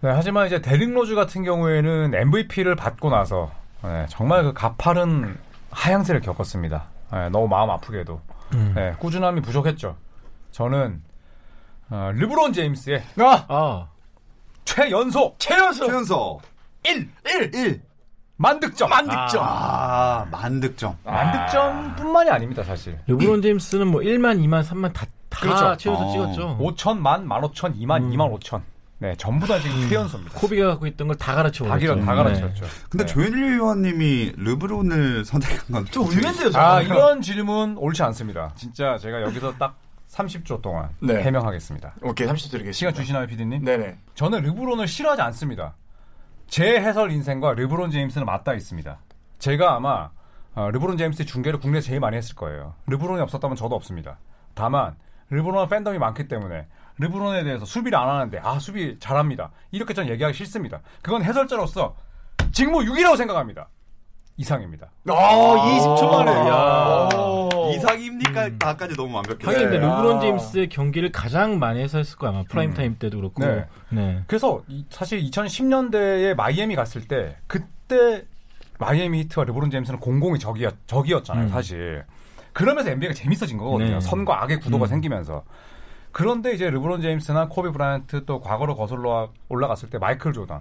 [SPEAKER 4] 네, 하지만 이제 데릭 로즈 같은 경우에는 MVP를 받고 나서 네, 정말 그 가파른 하향세를 겪었습니다. 네, 너무 마음 아프게도
[SPEAKER 5] 음.
[SPEAKER 4] 네, 꾸준함이 부족했죠. 저는 어, 르브론 제임스의
[SPEAKER 3] 아
[SPEAKER 5] 아,
[SPEAKER 4] 최연소
[SPEAKER 3] 최연소
[SPEAKER 1] 최연소
[SPEAKER 4] 1
[SPEAKER 3] 1
[SPEAKER 1] 1.
[SPEAKER 4] 만득점
[SPEAKER 3] 만득점.
[SPEAKER 1] 아, 만득점.
[SPEAKER 4] 만득점뿐만이 아닙니다 사실.
[SPEAKER 5] 르브론 제임스는 뭐 1만, 2만, 3만 다, 다뭐
[SPEAKER 4] 그렇죠.
[SPEAKER 5] 최연소
[SPEAKER 1] 어.
[SPEAKER 5] 찍었죠.
[SPEAKER 4] 5천 만, 1만 5천, 2만,
[SPEAKER 5] 음.
[SPEAKER 4] 2만 5천. 네, 전부 다 지금 최연소입니다.
[SPEAKER 5] 코비가 갖고 있던 걸 다 갈아치웠죠.
[SPEAKER 4] 다 길어 다 갈아치웠죠.
[SPEAKER 1] 근데
[SPEAKER 4] 네.
[SPEAKER 1] 조현일 의원님이 르브론을 선택한 건
[SPEAKER 3] 좀 울면서요. 저는.
[SPEAKER 4] 아, 이런 질문 옳지 않습니다. 진짜 제가 여기서 딱 30초 동안
[SPEAKER 3] 네.
[SPEAKER 4] 해명하겠습니다.
[SPEAKER 3] 오케이 30초 드리겠습니다.
[SPEAKER 4] 시간 주시나요, PD님?
[SPEAKER 3] 네네.
[SPEAKER 4] 저는 르브론을 싫어하지 않습니다. 제 해설 인생과 르브론 제임스는 맞닿아 있습니다. 제가 아마 어, 르브론 제임스의 중계를 국내에 제일 많이 했을 거예요. 르브론이 없었다면 저도 없습니다. 다만 르브론 팬덤이 많기 때문에 르브론에 대해서 수비를 안 하는데 아 수비 잘합니다. 이렇게 저는 얘기하기 싫습니다. 그건 해설자로서 직무 6이라고 생각합니다. 이상입니다.
[SPEAKER 3] 아, 어. 20초 만에.
[SPEAKER 5] 야.
[SPEAKER 1] 이상입니까?
[SPEAKER 4] 음.
[SPEAKER 1] 아까지 너무
[SPEAKER 5] 하긴
[SPEAKER 1] 완벽했어요.
[SPEAKER 5] 근데
[SPEAKER 3] 네.
[SPEAKER 5] 르브론
[SPEAKER 3] 아.
[SPEAKER 5] 제임스의 경기를 가장 많이 해서 했을 거야 아마 프라임 타임 때도 그렇고
[SPEAKER 4] 네.
[SPEAKER 5] 네.
[SPEAKER 4] 그래서 이- 사실 2010년대에 마이애미 갔을 때 그때 마이애미 히트와 르브론 제임스는 공공이 적이었, 적이었잖아요,
[SPEAKER 5] 음.
[SPEAKER 4] 사실. 그러면서 NBA가 재밌어진 거거든요.
[SPEAKER 5] 네.
[SPEAKER 4] 선과 악의 구도가
[SPEAKER 5] 음.
[SPEAKER 4] 생기면서. 그런데 이제 르브론 제임스나 코비 브라이언트 또 과거로 거슬러 올라갔을 때 마이클 조던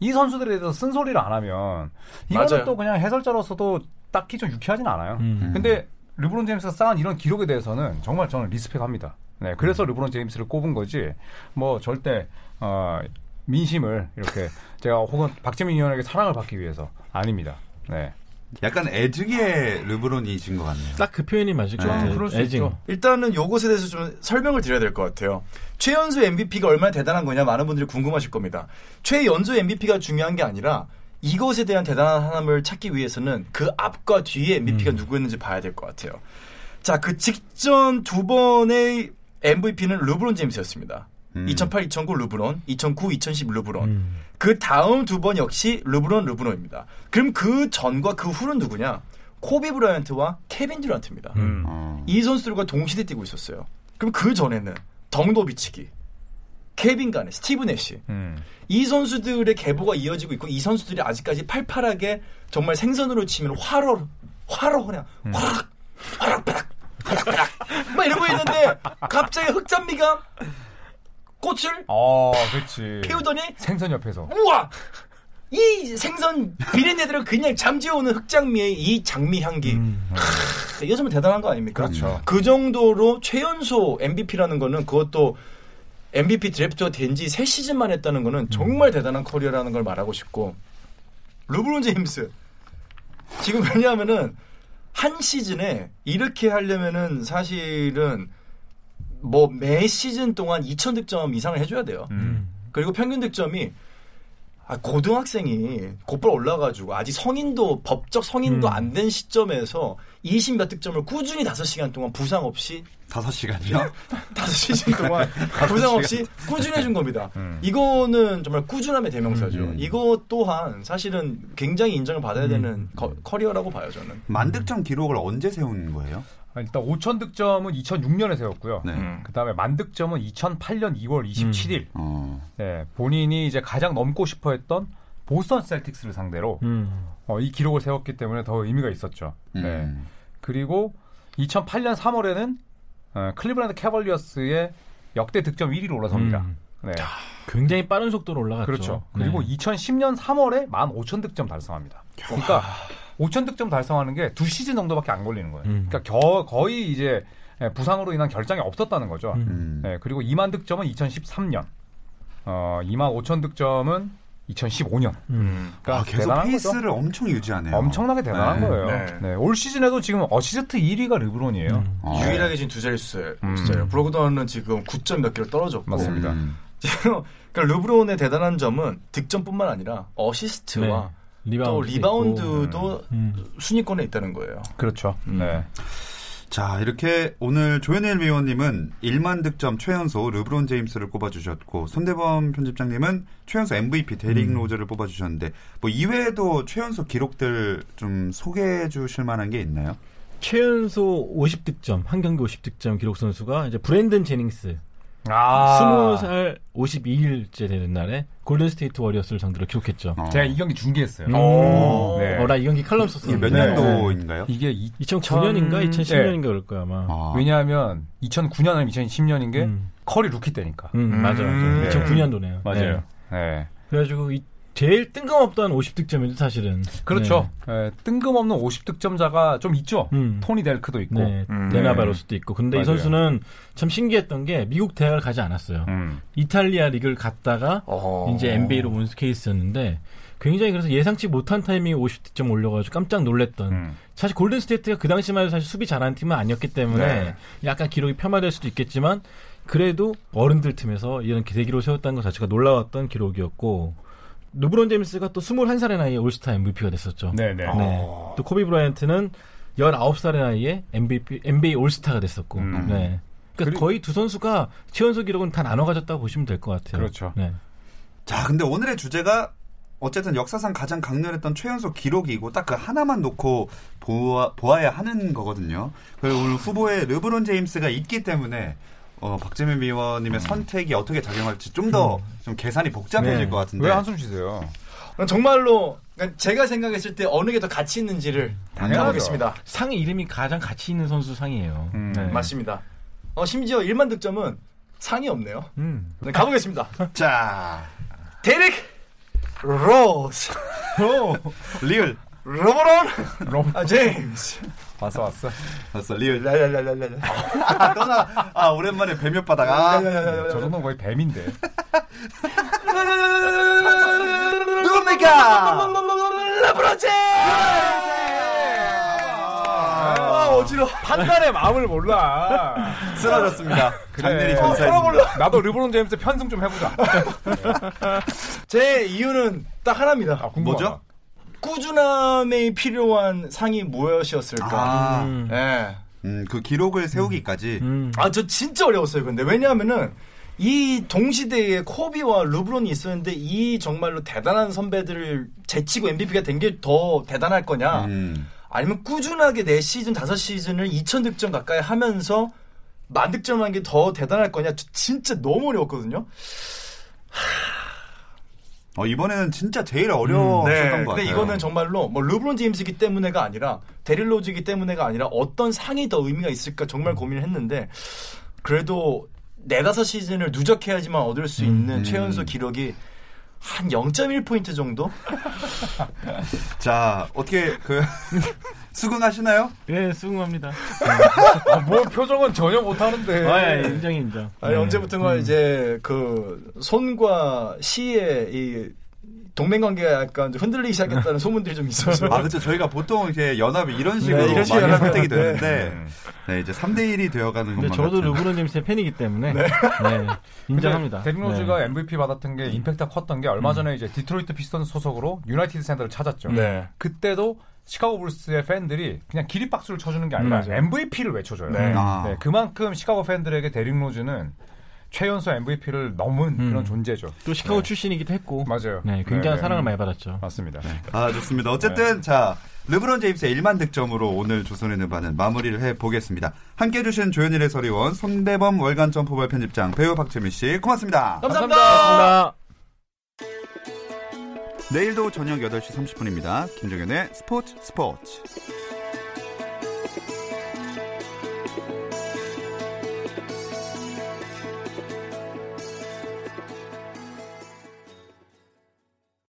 [SPEAKER 4] 이 선수들에 대해서 쓴소리를 안 하면 이거는
[SPEAKER 3] 맞아요.
[SPEAKER 4] 또 그냥 해설자로서도 딱히 좀 유쾌하진 않아요.
[SPEAKER 5] 음.
[SPEAKER 4] 근데 르브론 제임스가 쌓은 이런 기록에 대해서는 정말 저는 리스펙합니다. 네,
[SPEAKER 3] 음.
[SPEAKER 4] 그래서 르브론 제임스를 꼽은 거지. 뭐 절대 어, 민심을 이렇게 제가 혹은 박재민 의원에게 사랑을 받기 위해서 아닙니다. 네.
[SPEAKER 1] 약간 애증의 르브론이신 것 같네요.
[SPEAKER 5] 딱 그 표현이 맞을 것
[SPEAKER 1] 네,
[SPEAKER 5] 같아요.
[SPEAKER 4] 그럴 수
[SPEAKER 5] 에징.
[SPEAKER 4] 있죠.
[SPEAKER 3] 일단은 요것에 대해서 좀 설명을 드려야 될 것 같아요. 최연소 MVP가 얼마나 대단한 거냐 많은 분들이 궁금하실 겁니다. 최연소 MVP가 중요한 게 아니라 이것에 대한 대단한 하나님을 찾기 위해서는 그 앞과 뒤에
[SPEAKER 5] 음.
[SPEAKER 3] MVP가 누구였는지 봐야 될 것 같아요. 자, 그 직전 두 번의 MVP는 르브론 제임스였습니다.
[SPEAKER 1] 음.
[SPEAKER 3] 2008, 2009 르브론, 2009, 2010 르브론.
[SPEAKER 5] 음.
[SPEAKER 3] 그 다음 두 번 역시 르브론, 르브론입니다. 그럼 그 전과 그 후는 누구냐? 코비 브라이언트와 케빈 듀란트입니다.
[SPEAKER 5] 음.
[SPEAKER 1] 어.
[SPEAKER 3] 이 선수들과 동시대 뛰고 있었어요. 그럼 그 전에는 덩도비치기, 케빈 가네, 스티브 내시
[SPEAKER 4] 음.
[SPEAKER 3] 이 선수들의 계보가 이어지고 있고 이 선수들이 아직까지 팔팔하게 정말 생선으로 치면 화로 화로 그냥 화락 화락 파락 파락 파락 막 이러고 있는데 갑자기 흑잔미가 꽃을
[SPEAKER 4] 아, 그렇지.
[SPEAKER 3] 피우더니
[SPEAKER 4] 생선 옆에서.
[SPEAKER 3] 우와! 이 생선 비린내들을 그냥 잠재우는 흑장미의 이 장미 향기. 크, 이거 정말 대단한 거 아닙니까?
[SPEAKER 4] 음. 그렇죠.
[SPEAKER 3] 그 정도로 최연소 MVP라는 거는 그것도 MVP 드래프트가 된 지 세시즌만 했다는 거는
[SPEAKER 4] 음.
[SPEAKER 3] 정말 대단한 커리어라는 걸 말하고 싶고. 르브론 제임스. 지금 왜냐하면은 한 시즌에 이렇게 하려면은 사실은 뭐 매 시즌 동안 2000득점 이상을 해줘야 돼요.
[SPEAKER 4] 음.
[SPEAKER 3] 그리고 평균 득점이 아, 고등학생이 곧바로 올라가지고 아직 성인도 법적 성인도
[SPEAKER 5] 음.
[SPEAKER 3] 안 된 시점에서 20몇 득점을 꾸준히 5시간 동안 부상 없이
[SPEAKER 1] 다섯
[SPEAKER 4] 네.
[SPEAKER 1] 시간이요?
[SPEAKER 3] 5시즌 동안 부상 없이 꾸준히 해준 겁니다.
[SPEAKER 4] 음.
[SPEAKER 3] 이거는 정말 꾸준함의 대명사죠.
[SPEAKER 1] 음, 음.
[SPEAKER 3] 이거 또한 사실은 굉장히 인정을 받아야 되는 거- 커리어라고 봐요, 저는.
[SPEAKER 1] 만득점 기록을 언제 세운 거예요?
[SPEAKER 4] 아, 일단 5천 득점은 2006년에 세웠고요.
[SPEAKER 1] 네.
[SPEAKER 3] 음.
[SPEAKER 4] 그다음에 만 득점은 2008년 2월 27일.
[SPEAKER 1] 어.
[SPEAKER 4] 네, 본인이 이제 가장 넘고 싶어 했던 보스턴 셀틱스를 상대로
[SPEAKER 5] 음.
[SPEAKER 4] 어, 이 기록을 세웠기 때문에 더 의미가 있었죠. 네.
[SPEAKER 1] 음.
[SPEAKER 4] 그리고 2008년 3월에는 어, 클리브랜드 캐벌리어스의 역대 득점 1위로 올라섭니다.
[SPEAKER 5] 음.
[SPEAKER 4] 네.
[SPEAKER 5] 굉장히 빠른 속도로 올라갔죠.
[SPEAKER 4] 그렇죠. 그리고
[SPEAKER 5] 네.
[SPEAKER 4] 2010년 3월에 15,000득점 달성합니다. 그러니까 5,000득점 달성하는 게 두 시즌 정도밖에 안 걸리는 거예요.
[SPEAKER 5] 음.
[SPEAKER 4] 그러니까 겨- 거의 이제 예, 부상으로 인한 결장이 없었다는 거죠.
[SPEAKER 5] 음.
[SPEAKER 1] 음.
[SPEAKER 4] 네, 그리고 2만 득점은 2013년, 어, 2만 5천 득점은 2015년.
[SPEAKER 5] 음.
[SPEAKER 4] 그러니까
[SPEAKER 1] 아, 계속
[SPEAKER 4] 대단한 거죠.
[SPEAKER 1] 페이스를 엄청 유지하네요.
[SPEAKER 4] 엄청나게 대단한
[SPEAKER 1] 네.
[SPEAKER 4] 거예요.
[SPEAKER 3] 네.
[SPEAKER 4] 네, 올 시즌에도 지금 어시스트 1위가 르브론이에요.
[SPEAKER 5] 음.
[SPEAKER 1] 어.
[SPEAKER 3] 유일하게 지금 두 자릿수예요.
[SPEAKER 4] 음.
[SPEAKER 3] 진짜요. 브로그던은 지금 9점 몇 개로 떨어졌고
[SPEAKER 4] 맞습니다.
[SPEAKER 1] 음.
[SPEAKER 3] 지금 그러니까 르브론의 대단한 점은 득점뿐만 아니라 어시스트와 또
[SPEAKER 5] 리바운드.
[SPEAKER 3] 리바운드도
[SPEAKER 5] 음.
[SPEAKER 3] 순위권에 있다는 거예요.
[SPEAKER 4] 그렇죠.
[SPEAKER 1] 음.
[SPEAKER 4] 네.
[SPEAKER 1] 자, 이렇게 오늘 조현일 위원님은 1만 득점 최연소 르브론 제임스를 꼽아주셨고, 손대범 편집장님은 최연소 MVP 데릭
[SPEAKER 4] 음.
[SPEAKER 1] 로저를 뽑아주셨는데, 뭐 이외에도 최연소 기록들 좀 소개해 주실 만한 게 있나요?
[SPEAKER 5] 최연소 50득점, 한 경기 50득점 기록 선수가 이제 브랜든 제닝스
[SPEAKER 4] 아,
[SPEAKER 5] 20살 52일째 되는 날에 골든 스테이트 워리어스를 상대로 기록했죠.
[SPEAKER 1] 어.
[SPEAKER 4] 제가 이 경기 중계했어요.
[SPEAKER 5] 음.
[SPEAKER 3] 오.
[SPEAKER 4] 네.
[SPEAKER 5] 어, 나 이 경기 칼럼 썼었는데.
[SPEAKER 1] 이게 몇
[SPEAKER 5] 네.
[SPEAKER 1] 년도인가요?
[SPEAKER 4] 이게 이,
[SPEAKER 5] 2009년인가 2010년인가 그럴 거야 음. 예. 아마.
[SPEAKER 1] 아.
[SPEAKER 4] 왜냐하면 2009년 아니면 2010년인 게
[SPEAKER 5] 음.
[SPEAKER 4] 커리 루키 때니까.
[SPEAKER 5] 음, 맞아,
[SPEAKER 3] 음.
[SPEAKER 5] 맞아. 2009년도네요.
[SPEAKER 4] 맞아요. 네.
[SPEAKER 5] 그래가지고 이 제일 뜬금없던 50득점이죠 사실은.
[SPEAKER 4] 그렇죠. 네, 뜬금없는 50득점자가 좀 있죠.
[SPEAKER 5] 음.
[SPEAKER 4] 토니 델크도 있고.
[SPEAKER 5] 네,
[SPEAKER 3] 음.
[SPEAKER 5] 데나바로스도 있고. 근데
[SPEAKER 4] 맞아요.
[SPEAKER 5] 이 선수는 참 신기했던 게 미국 대학을 가지 않았어요.
[SPEAKER 4] 음.
[SPEAKER 5] 이탈리아 리그를 갔다가
[SPEAKER 3] 어.
[SPEAKER 4] 네.
[SPEAKER 5] 이제 NBA로 온 케이스였는데 굉장히 그래서 예상치 못한 타이밍에 50득점 올려가지고 깜짝 놀랬던.
[SPEAKER 4] 음.
[SPEAKER 5] 사실 골든 스테이트가 그 당시만 해도 사실 수비 잘하는 팀은 아니었기 때문에
[SPEAKER 3] 네.
[SPEAKER 5] 약간 기록이 폄하될 수도 있겠지만 그래도 어른들 틈에서 이런 대기로 세웠다는 것 자체가 놀라웠던 기록이었고 르브론 제임스가 또 21살의 나이에 올스타 MVP가 됐었죠.
[SPEAKER 4] 네네.
[SPEAKER 1] 아.
[SPEAKER 4] 어.
[SPEAKER 5] 네. 또 코비 브라이언트는 19살의 나이에 MVP, NBA 올스타가 됐었고.
[SPEAKER 4] 음.
[SPEAKER 5] 네. 그러니까
[SPEAKER 4] 그리-
[SPEAKER 5] 거의 두 선수가 최연소 기록은 다 나눠 가졌다고 보시면 될 것 같아요.
[SPEAKER 4] 그렇죠.
[SPEAKER 5] 네.
[SPEAKER 1] 자, 근데 오늘의 주제가 어쨌든 역사상 가장 강렬했던 최연소 기록이고 딱 그 하나만 놓고 보아, 보아야 하는 거거든요. 그리고 오늘 후보에 르브론 제임스가 있기 때문에 어, 박재민 위원님의 선택이 어떻게 작용할지 좀 더 좀 계산이 복잡해질
[SPEAKER 5] 네.
[SPEAKER 1] 것 같은데.
[SPEAKER 4] 왜 한숨 쉬세요?
[SPEAKER 3] 정말로 그러니까 제가 생각했을 때 어느 게 더 가치 있는지를
[SPEAKER 4] 당연하죠.
[SPEAKER 3] 따보겠습니다.
[SPEAKER 5] 상 이름이 가장 가치 있는 선수 상이에요.
[SPEAKER 4] 음,
[SPEAKER 5] 네.
[SPEAKER 3] 맞습니다. 어, 심지어 1만 득점은 상이 없네요.
[SPEAKER 5] 음.
[SPEAKER 3] 네, 가보겠습니다.
[SPEAKER 1] 자,
[SPEAKER 3] 데릭 로스,
[SPEAKER 1] 리얼.
[SPEAKER 3] 로브론
[SPEAKER 4] 로브
[SPEAKER 3] 아, 제임스.
[SPEAKER 4] 왔어 왔어.
[SPEAKER 1] 봤어, 리얼. 랄랄랄랄랄. 아, 떠나. 아, 오랜만에 뱀몇 바다가.
[SPEAKER 4] 저 정도는 거의 뱀인데.
[SPEAKER 1] 누굽니까?
[SPEAKER 3] 르브론 제임스. 네. 아, 어지러.
[SPEAKER 4] 판단의 마음을 몰라.
[SPEAKER 1] 쓰러졌습니다. 장면이 감사했습니다.
[SPEAKER 4] 나도 르브론 제임스 편승 좀 해보자.
[SPEAKER 5] 아,
[SPEAKER 3] 제 이유는 딱 하나입니다.
[SPEAKER 4] 아, 궁금하다.
[SPEAKER 1] 뭐죠?
[SPEAKER 3] 꾸준함이 필요한 상이 무엇이었을까?
[SPEAKER 1] 아,
[SPEAKER 5] 음.
[SPEAKER 3] 예.
[SPEAKER 1] 음, 그 기록을 세우기까지.
[SPEAKER 5] 음.
[SPEAKER 3] 아, 저 진짜 어려웠어요. 근데 왜냐하면은 이 동시대에 코비와 르브론이 있었는데 이 정말로 대단한 선배들을 제치고 MVP가 된 게 더 대단할 거냐?
[SPEAKER 1] 음.
[SPEAKER 3] 아니면 꾸준하게 4시즌, 5시즌을 2000득점 가까이 하면서 만 득점한 게 더 대단할 거냐? 저 진짜 너무 어려웠거든요.
[SPEAKER 1] 어, 이번에는 진짜 제일 어려웠던 것 같아요.
[SPEAKER 3] 음. 네. 근데 이거는 정말로 뭐 르브론 제임스이기 때문에가 아니라 데릴 로즈이기 때문에가 아니라 어떤 상이 더 의미가 있을까 정말 고민을 했는데 그래도 네다섯 시즌을 누적해야지만 얻을
[SPEAKER 1] 음,
[SPEAKER 3] 수
[SPEAKER 1] 네.
[SPEAKER 3] 있는 최연소 기록이 한 0.1포인트 정도?
[SPEAKER 1] 네. 자 어떻게 그 수긍하시나요?
[SPEAKER 5] 네, 수긍합니다.
[SPEAKER 4] 아, 뭐 표정은 전혀 못하는데.
[SPEAKER 5] 네, 인정 인정.
[SPEAKER 3] 아니 언제부턴가
[SPEAKER 1] 음.
[SPEAKER 3] 이제 그 손과 시의 이 동맹 관계가 약간 좀 흔들리기 시작했다는 소문들이 좀 있어서
[SPEAKER 1] 아 그렇죠 저희가 보통 이렇게 연합이 이런 식으로
[SPEAKER 3] 네, 이런 식으로
[SPEAKER 1] 많이
[SPEAKER 3] 연합이
[SPEAKER 1] 선택이
[SPEAKER 3] 네.
[SPEAKER 1] 되는데 네, 이제 3대 1이 되어가는
[SPEAKER 5] 근데
[SPEAKER 1] 것만
[SPEAKER 5] 저도
[SPEAKER 1] 같은.
[SPEAKER 5] 르브론 제임스의 팬이기 때문에 네. 인정합니다.
[SPEAKER 4] 데빈 로즈가
[SPEAKER 5] 네. 음.
[SPEAKER 4] MVP 받았던 게 임팩트가 컸던 게 얼마 전에 이제 디트로이트 피스턴 소속으로 유나이티드 센터를 찾았죠.
[SPEAKER 3] 네.
[SPEAKER 4] 그때도 시카고 불스의 팬들이 그냥 기립박수를 쳐주는 게 아니라
[SPEAKER 5] 음, 맞아요.
[SPEAKER 4] MVP를 외쳐줘요.
[SPEAKER 3] 네.
[SPEAKER 1] 아.
[SPEAKER 4] 네, 그만큼 시카고 팬들에게 데릭 로즈는 최연소 MVP를 넘은 그런 존재죠.
[SPEAKER 5] 또 시카고 출신이기도 했고.
[SPEAKER 4] 네. 맞아요.
[SPEAKER 5] 음. 네, 굉장한
[SPEAKER 4] 네,
[SPEAKER 5] 사랑을
[SPEAKER 4] 네.
[SPEAKER 5] 많이 받았죠.
[SPEAKER 4] 맞습니다.
[SPEAKER 1] 아 좋습니다. 어쨌든
[SPEAKER 3] 네.
[SPEAKER 1] 자 르브론 제임스의 1만 득점으로 오늘 조선의 느바는 마무리를 해 보겠습니다. 함께 해주신 조현일의 서리원 손대범 월간 점프볼 편집장 배우 박재민 씨 고맙습니다.
[SPEAKER 3] 감사합니다.
[SPEAKER 1] 내일도 저녁 8시 30분입니다. 김정현의 스포츠 스포츠.